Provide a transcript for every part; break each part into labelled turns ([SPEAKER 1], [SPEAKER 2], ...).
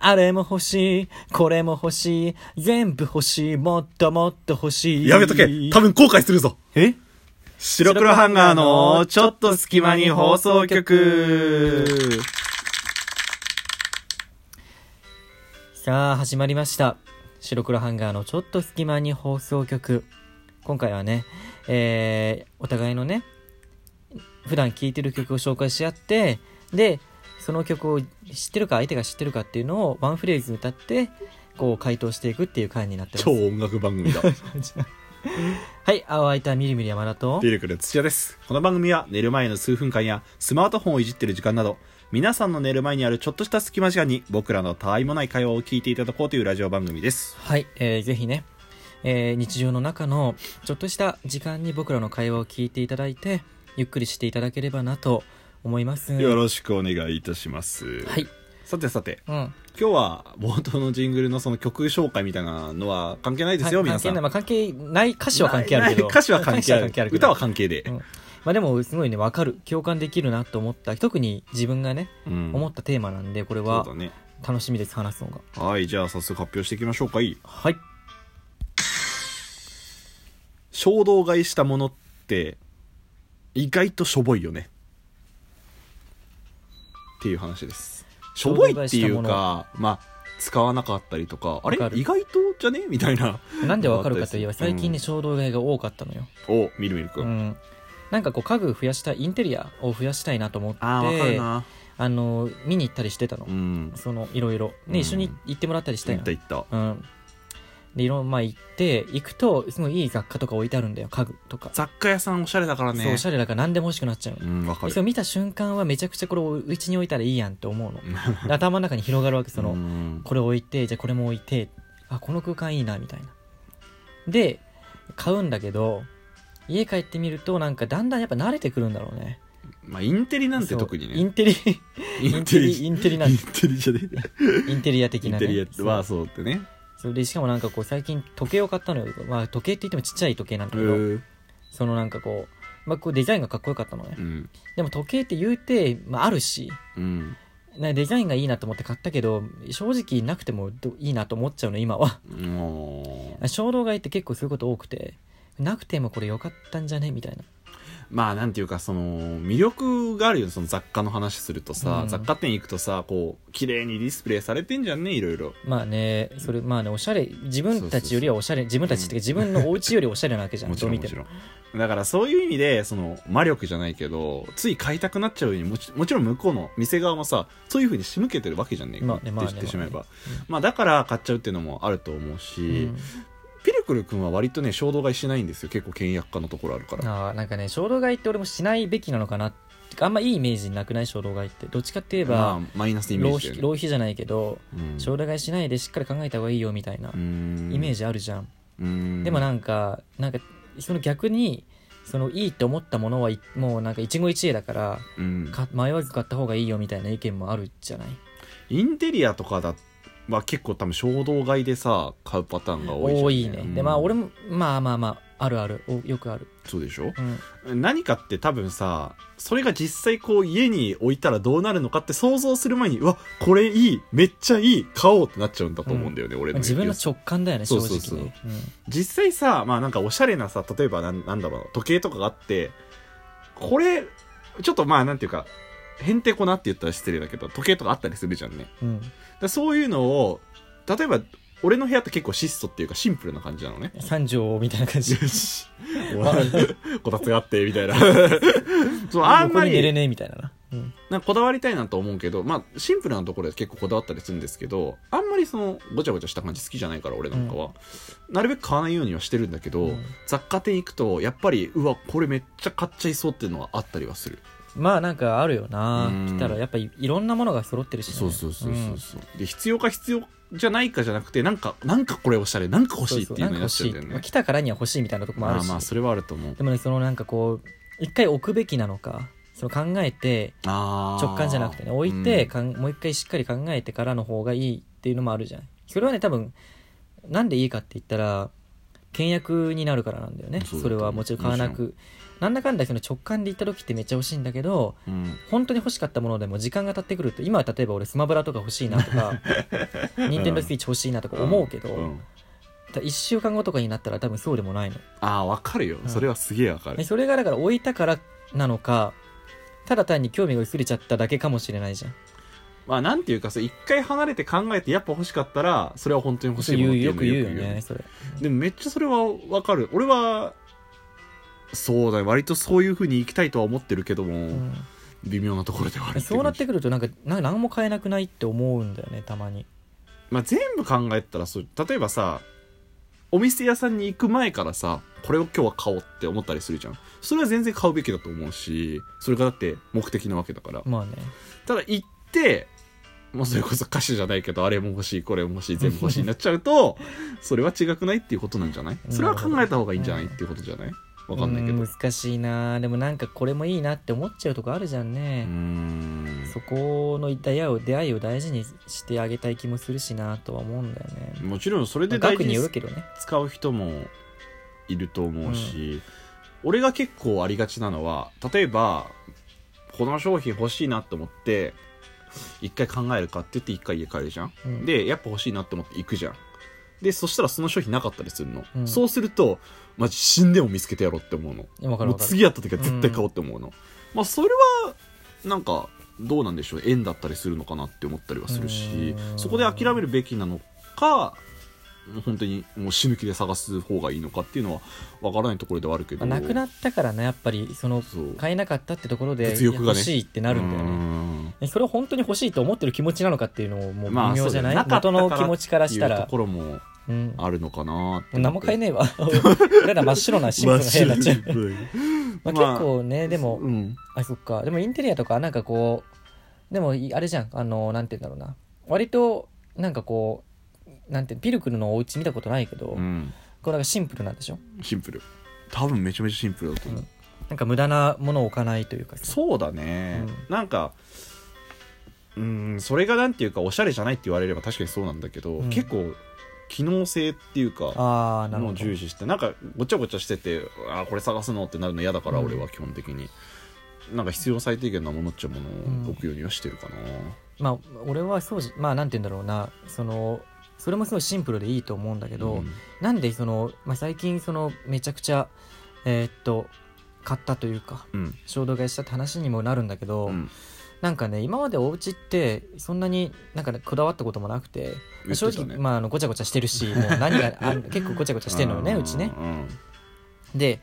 [SPEAKER 1] あれも欲しい、これも欲しい、全部欲しい、もっともっと欲しい。
[SPEAKER 2] やめとけ多分後悔するぞ
[SPEAKER 1] え
[SPEAKER 2] 白黒ハンガーのちょっと隙間に放送局
[SPEAKER 1] さあ、始まりました。白黒ハンガーのちょっと隙間に放送局。今回はね、えー、お互いのね、普段聴いてる曲を紹介し合って、で、その曲を知ってるか相手が知ってるかっていうのをワンフレーズ歌って、こう回答していくっていう回になってます
[SPEAKER 2] 超。音楽番組だ
[SPEAKER 1] はい、青いたみりみり山田と
[SPEAKER 2] ミ、ルクル土屋ですこの番組は寝る前の数分間やスマートフォンをいじってる時間など皆さんの寝る前にあるちょっとした隙間時間に僕らのたわいもない会話を聞いていただこうというラジオ番組です
[SPEAKER 1] はい、えーぜひね、えー日常の中のちょっとした時間に僕らの会話を聞いていただいて、ゆっくりしていただければなと思います。
[SPEAKER 2] よろしくお願いいたします
[SPEAKER 1] はい、
[SPEAKER 2] さてさて
[SPEAKER 1] うん。
[SPEAKER 2] 今日は冒頭のジングルのその曲紹介みたいなのは関係ないですよ、
[SPEAKER 1] はい
[SPEAKER 2] 皆さ
[SPEAKER 1] 関係
[SPEAKER 2] ん
[SPEAKER 1] ない、まあ、関係ない、歌詞は関係あるけ
[SPEAKER 2] な
[SPEAKER 1] ど。
[SPEAKER 2] い歌詞は関係ある
[SPEAKER 1] 歌詞は関係あるけど
[SPEAKER 2] 歌は関係で、
[SPEAKER 1] まあでも、すごいね、わかる。共感できるなと思った。特に自分がね、
[SPEAKER 2] うん
[SPEAKER 1] 思ったテーマなんで、これ
[SPEAKER 2] そう
[SPEAKER 1] は
[SPEAKER 2] だね
[SPEAKER 1] 楽しみです、話すのが。
[SPEAKER 2] はいじゃあ早速発表していきましょうかいい
[SPEAKER 1] はい。
[SPEAKER 2] 衝動買いしたものって意外としょぼいよねっていう話ですしょぼいって
[SPEAKER 1] 衝動買
[SPEAKER 2] い
[SPEAKER 1] いしたも
[SPEAKER 2] うかまあ使わなかったりとかあれ
[SPEAKER 1] わかる
[SPEAKER 2] 意外とじゃねみたいな
[SPEAKER 1] なんでわかるかといえば、
[SPEAKER 2] そうで
[SPEAKER 1] 最
[SPEAKER 2] す
[SPEAKER 1] 近ね、
[SPEAKER 2] うん
[SPEAKER 1] 衝動買いが多かったのよ。
[SPEAKER 2] おみるみるく、
[SPEAKER 1] うんん。なんかこう、家具増やしたい、インテリアを増やしたいなと思って、
[SPEAKER 2] ああわかるな
[SPEAKER 1] あの見に行ったりしてたの、
[SPEAKER 2] うん
[SPEAKER 1] そのいろいろ
[SPEAKER 2] うん
[SPEAKER 1] ね一緒に行ってもらったりした
[SPEAKER 2] い
[SPEAKER 1] よ
[SPEAKER 2] ったいった
[SPEAKER 1] うんでいろんまあ行って行くとすごいいい雑貨とか置いてあるんだよ家具とか、
[SPEAKER 2] 雑貨屋さんおしゃれだからね
[SPEAKER 1] そうおしゃれだから何でも欲しくなっちゃうの、
[SPEAKER 2] うんわか
[SPEAKER 1] で
[SPEAKER 2] る
[SPEAKER 1] それ見た瞬間はめちゃくちゃこれをうちに置いたらいいやんって思うので頭の中に広がるわけその、
[SPEAKER 2] うん
[SPEAKER 1] これ置いてじゃあこれも置いてあこの空間いいなみたいなで買うんだけど家帰ってみるとなんかだんだんやっぱ慣れてくるんだろうね
[SPEAKER 2] まあインテリなんて
[SPEAKER 1] そう
[SPEAKER 2] 特に
[SPEAKER 1] イ
[SPEAKER 2] ね
[SPEAKER 1] ンテリ
[SPEAKER 2] イ
[SPEAKER 1] インテリインテリなん
[SPEAKER 2] イ
[SPEAKER 1] て
[SPEAKER 2] ンテリじゃね
[SPEAKER 1] インテリア的
[SPEAKER 2] イン
[SPEAKER 1] な、
[SPEAKER 2] テ
[SPEAKER 1] ね、
[SPEAKER 2] リアはそうってね
[SPEAKER 1] それでしかもなんかこう最近時計を買ったのよ、まあ、時計って言ってもちっちゃい時計なんだ
[SPEAKER 2] う
[SPEAKER 1] けど、
[SPEAKER 2] ん
[SPEAKER 1] そのなんかこう,、まあ、こうデザインがかっこよかったのね、
[SPEAKER 2] うん
[SPEAKER 1] でも時計って言うて、まあ、あるし
[SPEAKER 2] うん
[SPEAKER 1] なんかデザインがいいなと思って買ったけど正直なくてもどいいなと思っちゃうの今は
[SPEAKER 2] もう
[SPEAKER 1] 衝動買いって結構そういうこと多くてなくてもこれ良かったんじゃねみたいな
[SPEAKER 2] まあなんていうかその魅力があるよねその雑貨の話するとさ、
[SPEAKER 1] うん
[SPEAKER 2] 雑貨店行くとさこう綺麗にディスプレイされてんじゃんねいろいろ
[SPEAKER 1] まあねそれまあねおしゃれ自分たちよりはおしゃれ自分たちっていうか自分のお家よりおしゃれなわけじゃん
[SPEAKER 2] もちろん
[SPEAKER 1] どう
[SPEAKER 2] も
[SPEAKER 1] 見て
[SPEAKER 2] ちろんだからそういう意味でその魔力じゃないけどつい買いたくなっちゃうようにもちもちろん向こうの店側もさそういうふうに仕向けてるわけじゃんね,、
[SPEAKER 1] まあねまあね
[SPEAKER 2] って知ってしまえば、まあ
[SPEAKER 1] まあね
[SPEAKER 2] だから買っちゃうっていうのもあると思うし、
[SPEAKER 1] うん
[SPEAKER 2] ピルクル君は割とね衝動買いしないんですよ結構倹約家のところあるから
[SPEAKER 1] あーなんかね衝動買いって俺もしないべきなのかなってかあんまいいイメージなくない衝動買いってどっちかって言えば、
[SPEAKER 2] まあ、マイナスイメ
[SPEAKER 1] 浪
[SPEAKER 2] ージ
[SPEAKER 1] 費
[SPEAKER 2] だよね
[SPEAKER 1] 浪費じゃないけど、
[SPEAKER 2] うん
[SPEAKER 1] 衝動買いしないでしっかり考えた方がいいよみたいな
[SPEAKER 2] うん
[SPEAKER 1] イメージあるじゃん、
[SPEAKER 2] うん
[SPEAKER 1] でもなんかなんかその逆にそのいいって思ったものはいもうなんか一期一会だから
[SPEAKER 2] うん
[SPEAKER 1] か迷わず買った方がいいよみたいな意見もあるじゃない
[SPEAKER 2] インテリアとかだは結構多分衝動買いでさ買うパターンが多いじゃん
[SPEAKER 1] 多いね、
[SPEAKER 2] うん
[SPEAKER 1] でまあ俺もまあまあまああるあるおよくある、
[SPEAKER 2] そうでしょ
[SPEAKER 1] うん、
[SPEAKER 2] 何かって多分さそれが実際こう家に置いたらどうなるのかって想像する前にうわこれいいめっちゃいい買おうってなっちゃうんだと思うんだよね、俺の
[SPEAKER 1] 自分の直感だよね正
[SPEAKER 2] そう
[SPEAKER 1] 直ね
[SPEAKER 2] そうそう
[SPEAKER 1] うん
[SPEAKER 2] 実際さまあなんかおしゃれなさ例えばなんなんだろう時計とかがあってこれちょっとまあなんていうかへんてこなって言ったら失礼だけど時計とかあったりするじゃんね
[SPEAKER 1] うん
[SPEAKER 2] でそういうのを例えば俺の部屋って結構質素っていうかシンプルな感じな のね
[SPEAKER 1] 三条みたいな感じ
[SPEAKER 2] し こたつがあってみたいな そうあん
[SPEAKER 1] ここ
[SPEAKER 2] ま
[SPEAKER 1] に寝れ
[SPEAKER 2] り
[SPEAKER 1] ねえみたいなな、うん
[SPEAKER 2] なんかこだわりたいなと思うけどまあシンプルなところで結構こだわったりするんですけどあんまりそのごちゃごちゃした感じ好きじゃないから俺なんかは、なるべく買わないようにはしてるんだけど、
[SPEAKER 1] うん
[SPEAKER 2] 雑貨店行くとやっぱりうわこれめっちゃ買っちゃいそうっていうのはあったりはする、
[SPEAKER 1] まあなんかあるよな
[SPEAKER 2] うん
[SPEAKER 1] 来たらやっぱりいろんなものが揃ってるしね、ん
[SPEAKER 2] そう、で必要か必要じゃないかじゃなくてなんかなんかこれおしゃれなんか欲しいっていうのになっちゃうんだよ
[SPEAKER 1] まあ
[SPEAKER 2] ね
[SPEAKER 1] 来たからには欲しいみたいなとこもあ
[SPEAKER 2] ま
[SPEAKER 1] る
[SPEAKER 2] あ
[SPEAKER 1] し
[SPEAKER 2] まあそれはあると思う
[SPEAKER 1] でもねそのなんかこう一回置くべきなのかその考えて
[SPEAKER 2] あー
[SPEAKER 1] 直感じゃなくてね置いて、かんもう一回しっかり考えてからの方がいいっていうのもあるじゃんそれはね多分なんでいいかって言ったら倹約になるからなんだよね
[SPEAKER 2] そう
[SPEAKER 1] そ
[SPEAKER 2] だと思う
[SPEAKER 1] れはもちろん買わなくなんだかんだその直感で行った時ってめっちゃ欲しいんだけど
[SPEAKER 2] うん
[SPEAKER 1] 本当に欲しかったものでも時間が経ってくると今は例えば俺スマブラとか欲しいなと か任天堂スイッチ欲しいなとか思うけど、
[SPEAKER 2] ん
[SPEAKER 1] 1週間後とかになったら多分そうでもないの
[SPEAKER 2] ああわかるよ
[SPEAKER 1] うん
[SPEAKER 2] それはすげえわかる、
[SPEAKER 1] でそれがだから置いたからなのかただ単に興味が薄れちゃっただけかもしれないじゃん
[SPEAKER 2] まあなんていうかさ一回離れて考えてやっぱ欲しかったらそれは本当に欲しいも
[SPEAKER 1] 言
[SPEAKER 2] のっ
[SPEAKER 1] う
[SPEAKER 2] ていう
[SPEAKER 1] よ
[SPEAKER 2] の
[SPEAKER 1] く言うよねそれ
[SPEAKER 2] でもめっちゃそれはわかる俺はそうだね割とそういうふうに行きたいとは思ってるけども、
[SPEAKER 1] うん
[SPEAKER 2] 微妙なところではある
[SPEAKER 1] そうなっ
[SPEAKER 2] いう
[SPEAKER 1] てくるとなんかな何も買えなくないって思うんだよねたまに
[SPEAKER 2] まあ、全部考えたらそう例えばさお店屋さんに行く前からさこれを今日は買おうって思ったりするじゃんそれは全然買うべきだと思うしそれがだって目的なわけだから
[SPEAKER 1] まあね
[SPEAKER 2] ただ行ってもうそれこそ歌手じゃないけどあれも欲しいこれも欲しい全部欲しいになっちゃう とそれは違くないっていうことなんじゃないそれは考えた方がいいんじゃないっていうことじゃないわかんないけど
[SPEAKER 1] うん難しいなでもなんかこれもいいなって思っちゃうとこあるじゃん
[SPEAKER 2] うー
[SPEAKER 1] ね、
[SPEAKER 2] ん
[SPEAKER 1] そこの出会いを出会いを大事にしてあげたい気もするしなとは思うんだよね
[SPEAKER 2] もちろんそれで大
[SPEAKER 1] 額
[SPEAKER 2] 事
[SPEAKER 1] に
[SPEAKER 2] に
[SPEAKER 1] よるけどね
[SPEAKER 2] 使う人もいると思うし、俺が結構ありがちなのは例えばこの商品欲しいなと思って一回考えるかって言って一回家帰るじゃん、
[SPEAKER 1] うん
[SPEAKER 2] でやっぱ欲しいなと思って行くじゃんでそしたらその商品なかったりするの、
[SPEAKER 1] うん
[SPEAKER 2] そうするとマジ死んでも見つけてやろうって思うの
[SPEAKER 1] わかる
[SPEAKER 2] もう
[SPEAKER 1] わかる
[SPEAKER 2] 次やった時は絶対買おうって思うの、まあそれはなんかどうなんでしょう縁だったりするのかなって思ったりはするし
[SPEAKER 1] うん
[SPEAKER 2] そこで諦めるべきなのか本当にもう死ぬ気で探す方がいいのかっていうのはわからないところではあるけ
[SPEAKER 1] ま
[SPEAKER 2] ど
[SPEAKER 1] あなくなったからなやっぱりその
[SPEAKER 2] そう
[SPEAKER 1] 買えなかったってところで
[SPEAKER 2] 物欲がね
[SPEAKER 1] 欲しいってなるんだよね
[SPEAKER 2] ね
[SPEAKER 1] でそれを本当に欲しいと思ってる気持ちなのかっていうのもも
[SPEAKER 2] ま
[SPEAKER 1] う
[SPEAKER 2] あ
[SPEAKER 1] 微妙じゃない、
[SPEAKER 2] そうだよ
[SPEAKER 1] 元の気持ちからした
[SPEAKER 2] っていう
[SPEAKER 1] ら
[SPEAKER 2] ところも
[SPEAKER 1] うん
[SPEAKER 2] あるのかなって
[SPEAKER 1] 何も買え ねえわ俺ら真っ白なシンプルな部屋になっちゃう、まあ、
[SPEAKER 2] まあ
[SPEAKER 1] 結構ねでも
[SPEAKER 2] うん
[SPEAKER 1] あそっかでもインテリアとかなんかこうでもいあれじゃんあのなんて言うんだろうな割となんかこうなんてピルクルのお家見たことないけど、
[SPEAKER 2] うん
[SPEAKER 1] これなんかシンプルなんでしょ
[SPEAKER 2] シンプル多分めちゃめちゃシンプルだと思う
[SPEAKER 1] なんか無駄なものを置かないというかさ
[SPEAKER 2] そうだね、
[SPEAKER 1] う
[SPEAKER 2] なんかうんそれがなんていうかおしゃれじゃないって言われれば確かにそうなんだけど、
[SPEAKER 1] うん
[SPEAKER 2] 結構機能性っていうか
[SPEAKER 1] ああなる
[SPEAKER 2] の
[SPEAKER 1] ほ
[SPEAKER 2] を
[SPEAKER 1] ど
[SPEAKER 2] 重視してなんかごちゃごちゃしててあーこれ探すのってなるの嫌だから
[SPEAKER 1] うん
[SPEAKER 2] 俺は基本的に、なんか必要最低限なものっちゃも
[SPEAKER 1] ん
[SPEAKER 2] のを置くようにはしてるか
[SPEAKER 1] ま
[SPEAKER 2] な、
[SPEAKER 1] あ俺はそうじまあなんて言うんだろうなそのそれもすごいシンプルでいいと思うんだけど、
[SPEAKER 2] うん
[SPEAKER 1] なんでその、まあ、最近そのめちゃくちゃえーっと買ったというか
[SPEAKER 2] うん
[SPEAKER 1] 衝動買いしたって話にもなるんだけど、
[SPEAKER 2] うん
[SPEAKER 1] なんかね今までお家ってそんなになんか、ね、こだわったこともなくて
[SPEAKER 2] 言って
[SPEAKER 1] 正
[SPEAKER 2] たね
[SPEAKER 1] 直、まあ、あのごちゃごちゃしてる しもう何があ結構ごちゃごちゃしてるのよねうちね
[SPEAKER 2] うん
[SPEAKER 1] で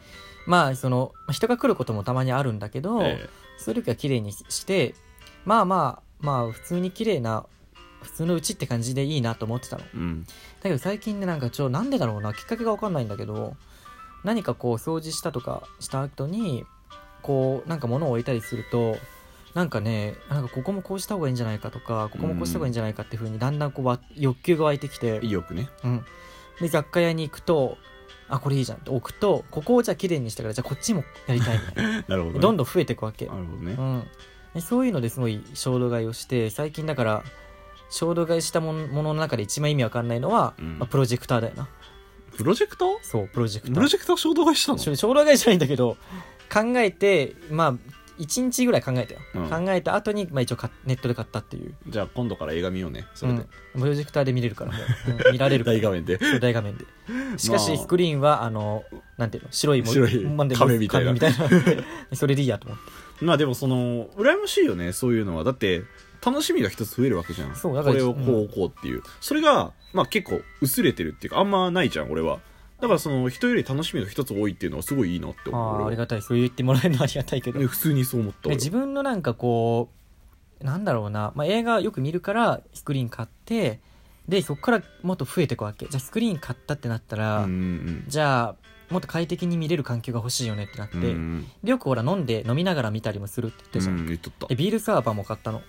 [SPEAKER 1] まあそのまあ人が来ることもたまにあるんだけど、
[SPEAKER 2] え
[SPEAKER 1] それよりは綺麗にしてまあまあまあ普通に綺麗な普通のうちって感じでいいなと思ってたのだ
[SPEAKER 2] えうん
[SPEAKER 1] けど最近ねなんかちょなんでだろうなきっかけが分かんないんだけど何かこう掃除したとかした後にこうなんか物を置いたりするとなんかねなんかここもこうした方がいいんじゃないかとかここもこうした方がいいんじゃないかっていうふうにだんだんこうわ欲求が湧いてきて、
[SPEAKER 2] 意欲ね
[SPEAKER 1] うん、で雑貨屋に行くとあこれいいじゃんって置くとここをじゃあ綺麗にしたからじゃあこっちもやりたいみた いな
[SPEAKER 2] なるほど、ね、
[SPEAKER 1] どんどん増えていくわけ
[SPEAKER 2] なるほどね、
[SPEAKER 1] うんで、そういうのですごい衝動買いをして最近だから衝動買いしたものものの中で一番意味わかんないのは、
[SPEAKER 2] うん
[SPEAKER 1] まあ、プロジェクターだよな
[SPEAKER 2] プロジェクト
[SPEAKER 1] そうプロジェクター
[SPEAKER 2] プロジェクト衝動買いしたの
[SPEAKER 1] ちょ衝動買いじゃないんだけど考えてまあ1日ぐらい考えたよ、
[SPEAKER 2] うん
[SPEAKER 1] 考えた後に、まあ、一応かネットで買ったっていう
[SPEAKER 2] じゃあ今度から映画見ようねそれで、
[SPEAKER 1] うんプロジェクターで見れるから、もううん見られるから
[SPEAKER 2] 大画面で
[SPEAKER 1] そう大画面でしか
[SPEAKER 2] ま
[SPEAKER 1] し
[SPEAKER 2] あ
[SPEAKER 1] スクリーンはあのなんていうの白いも
[SPEAKER 2] 白い
[SPEAKER 1] まあでも
[SPEAKER 2] 亀みたい
[SPEAKER 1] 亀
[SPEAKER 2] な
[SPEAKER 1] みたいな それでいいやと思って
[SPEAKER 2] まあでもその羨ましいよねそういうのはだって楽しみが一つ増えるわけじゃん
[SPEAKER 1] そうだか
[SPEAKER 2] こ
[SPEAKER 1] ら
[SPEAKER 2] れをこうこうっていう、それがまあ結構薄れてるっていうかあんまないじゃん俺はだからその人より楽しみが一つ多いっていうのはすごいいいなって
[SPEAKER 1] あ
[SPEAKER 2] 思う
[SPEAKER 1] ああり
[SPEAKER 2] 俺は
[SPEAKER 1] がたいそう言ってもらえるのはありがたいけど
[SPEAKER 2] ね普通にそう思った
[SPEAKER 1] で
[SPEAKER 2] 俺は
[SPEAKER 1] 自分のなんかこうなんだろうな、まあ、映画よく見るからスクリーン買ってでそこからもっと増えていくわけじゃあスクリーン買ったってなったら、
[SPEAKER 2] うんうん
[SPEAKER 1] じゃあもっと快適に見れる環境が欲しいよねってなって、
[SPEAKER 2] うんうん
[SPEAKER 1] でよくほら飲んで飲みながら見たりもするって言って
[SPEAKER 2] う
[SPEAKER 1] じゃん、
[SPEAKER 2] ん言っとった
[SPEAKER 1] でビールサーバーも買ったの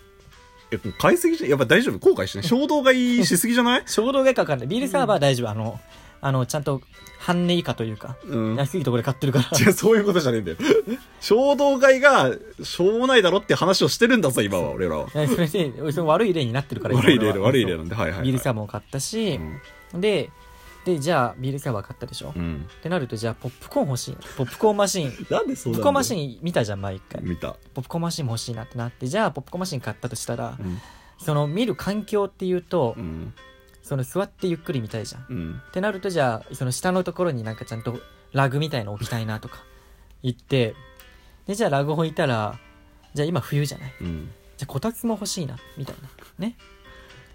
[SPEAKER 2] えもう買いすぎじゃやっぱ大丈夫後悔しない衝動買いしすぎじ ゃない
[SPEAKER 1] 衝動外かわかんないビールサーバー大丈夫、あのあのちゃんと半値以下というか
[SPEAKER 2] うん
[SPEAKER 1] 安いところで買ってるから
[SPEAKER 2] 違うそういうことじゃねえんだよ衝動買いがしょうもないだろって話をしてるんだぞ今は俺らは
[SPEAKER 1] それでその悪い例になってるから
[SPEAKER 2] 悪い例で
[SPEAKER 1] 今
[SPEAKER 2] 悪い例
[SPEAKER 1] そ
[SPEAKER 2] な
[SPEAKER 1] うん
[SPEAKER 2] ではいはい、はい、
[SPEAKER 1] ビールサーバーも買ったし、
[SPEAKER 2] うん
[SPEAKER 1] ででじゃあビールサーバー買ったでしょ、
[SPEAKER 2] う
[SPEAKER 1] っ
[SPEAKER 2] ん
[SPEAKER 1] てなるとじゃあポップコーン欲し いポップコーンマシーンポ
[SPEAKER 2] なんでそ
[SPEAKER 1] ッ
[SPEAKER 2] う
[SPEAKER 1] プコーンマシーン見たじゃん毎回
[SPEAKER 2] 見た、
[SPEAKER 1] ポップコーンマシーンも欲しいなってなってじゃあポップコーンマシーン買ったとしたら
[SPEAKER 2] うん
[SPEAKER 1] その見る環境っていうと、
[SPEAKER 2] うん
[SPEAKER 1] その座ってゆっくり見たいじゃんっ
[SPEAKER 2] うん
[SPEAKER 1] てなるとじゃあその下のところになんかちゃんとラグみたいの置きたいなとか言ってでじゃあラグ置いたらじゃあ今冬じゃない
[SPEAKER 2] うん
[SPEAKER 1] じゃあこたつも欲しいなみたいなね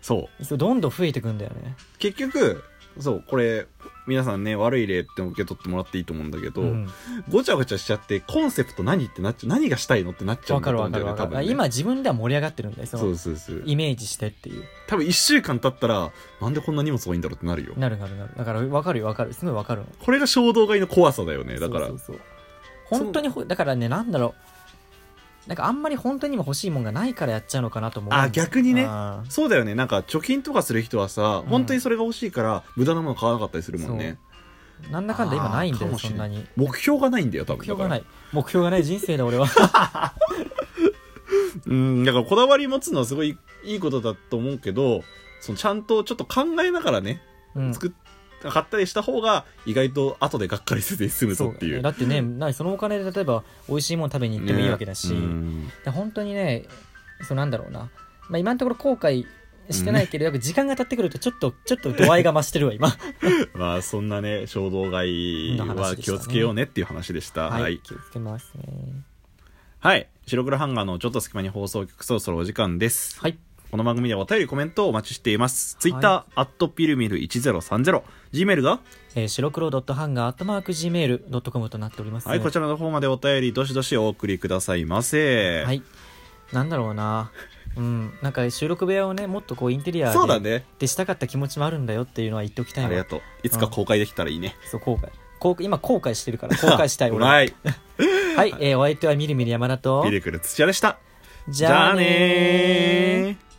[SPEAKER 2] そう
[SPEAKER 1] そうどんどん増えてくんだよね
[SPEAKER 2] 結局そうこれ皆さんね悪い例って受け取ってもらっていいと思うんだけど、
[SPEAKER 1] うん
[SPEAKER 2] ごちゃごちゃしちゃってコンセプト何ってなっちゃう何がしたいのってなっちゃう
[SPEAKER 1] わ
[SPEAKER 2] んだ
[SPEAKER 1] かる
[SPEAKER 2] と
[SPEAKER 1] わ
[SPEAKER 2] 思うん
[SPEAKER 1] か
[SPEAKER 2] だ
[SPEAKER 1] る
[SPEAKER 2] よね
[SPEAKER 1] わか
[SPEAKER 2] 多
[SPEAKER 1] る、
[SPEAKER 2] 分ね
[SPEAKER 1] 今自分では盛り上がってるんだよその
[SPEAKER 2] そうそうそう
[SPEAKER 1] イメージしてっていう
[SPEAKER 2] 多分1週間経ったらなんでこんな荷物多いんだろうってなるよ
[SPEAKER 1] なるなるなるだからわかるよわかるすごいわかるの
[SPEAKER 2] これが衝動買いの怖さだよねだから
[SPEAKER 1] そうそうそう本当にほだからねなんだろうなんかあんまり本当にも欲しいもんがないからやっちゃうのかなと思う
[SPEAKER 2] あ逆にね
[SPEAKER 1] あー
[SPEAKER 2] そうだよねなんか貯金とかする人はさ、
[SPEAKER 1] うん
[SPEAKER 2] 本当にそれが欲しいから無駄なもの買わなかったりするもんね
[SPEAKER 1] なんだかんだ今ないんだ
[SPEAKER 2] あーか
[SPEAKER 1] よ
[SPEAKER 2] もし
[SPEAKER 1] そ
[SPEAKER 2] れ
[SPEAKER 1] んな
[SPEAKER 2] な
[SPEAKER 1] いに
[SPEAKER 2] 目標がないんだよ多分
[SPEAKER 1] 目標がないい目標がない人生だ 俺は
[SPEAKER 2] うんだからこだわり持つのはすごいいいことだと思うけどそのちゃんとちょっと考えながらね
[SPEAKER 1] うん
[SPEAKER 2] 作っ買ったりした方が意外と後でがっかりせずに済むぞってい
[SPEAKER 1] そうだってねなそのお金で例えば美味しいもの食べに行ってもいいわけだし、
[SPEAKER 2] ねうん
[SPEAKER 1] で本当にねそうなんだろうな、まあ、今のところ後悔してないけど、やっぱ時間が経ってくるとちょっとちょっと度合いが増してるわ今
[SPEAKER 2] まあそんなね衝動買いは気をつけようねっていう話でしたはい、
[SPEAKER 1] 気をつけますね
[SPEAKER 2] はい、白黒ハンガーのちょっと隙間に放送局そろそろお時間です
[SPEAKER 1] はい
[SPEAKER 2] この番組ではお便りコメントをお待ちしています。ツイッター、アットピルミル1030、Gmail が、
[SPEAKER 1] えー、白黒ドットハンガーアットマーク Gmail.com となっております、
[SPEAKER 2] はい、こちらの方までお便りどしどしお送りくださいませ。
[SPEAKER 1] はいなんだろうなうんなんか収録部屋をねもっとこうインテリアで
[SPEAKER 2] そうだね。
[SPEAKER 1] でしたかった気持ちもあるんだよっていうのは言っておきたい
[SPEAKER 2] あ
[SPEAKER 1] わ
[SPEAKER 2] りがとう。いつか公開できたらいいね。
[SPEAKER 1] そう後悔後悔今後悔してるから後悔したい俺は
[SPEAKER 2] はい。
[SPEAKER 1] はい、えー、お相手はみるみる山田と
[SPEAKER 2] ミルクル土屋でした。
[SPEAKER 1] じゃあねー
[SPEAKER 2] ー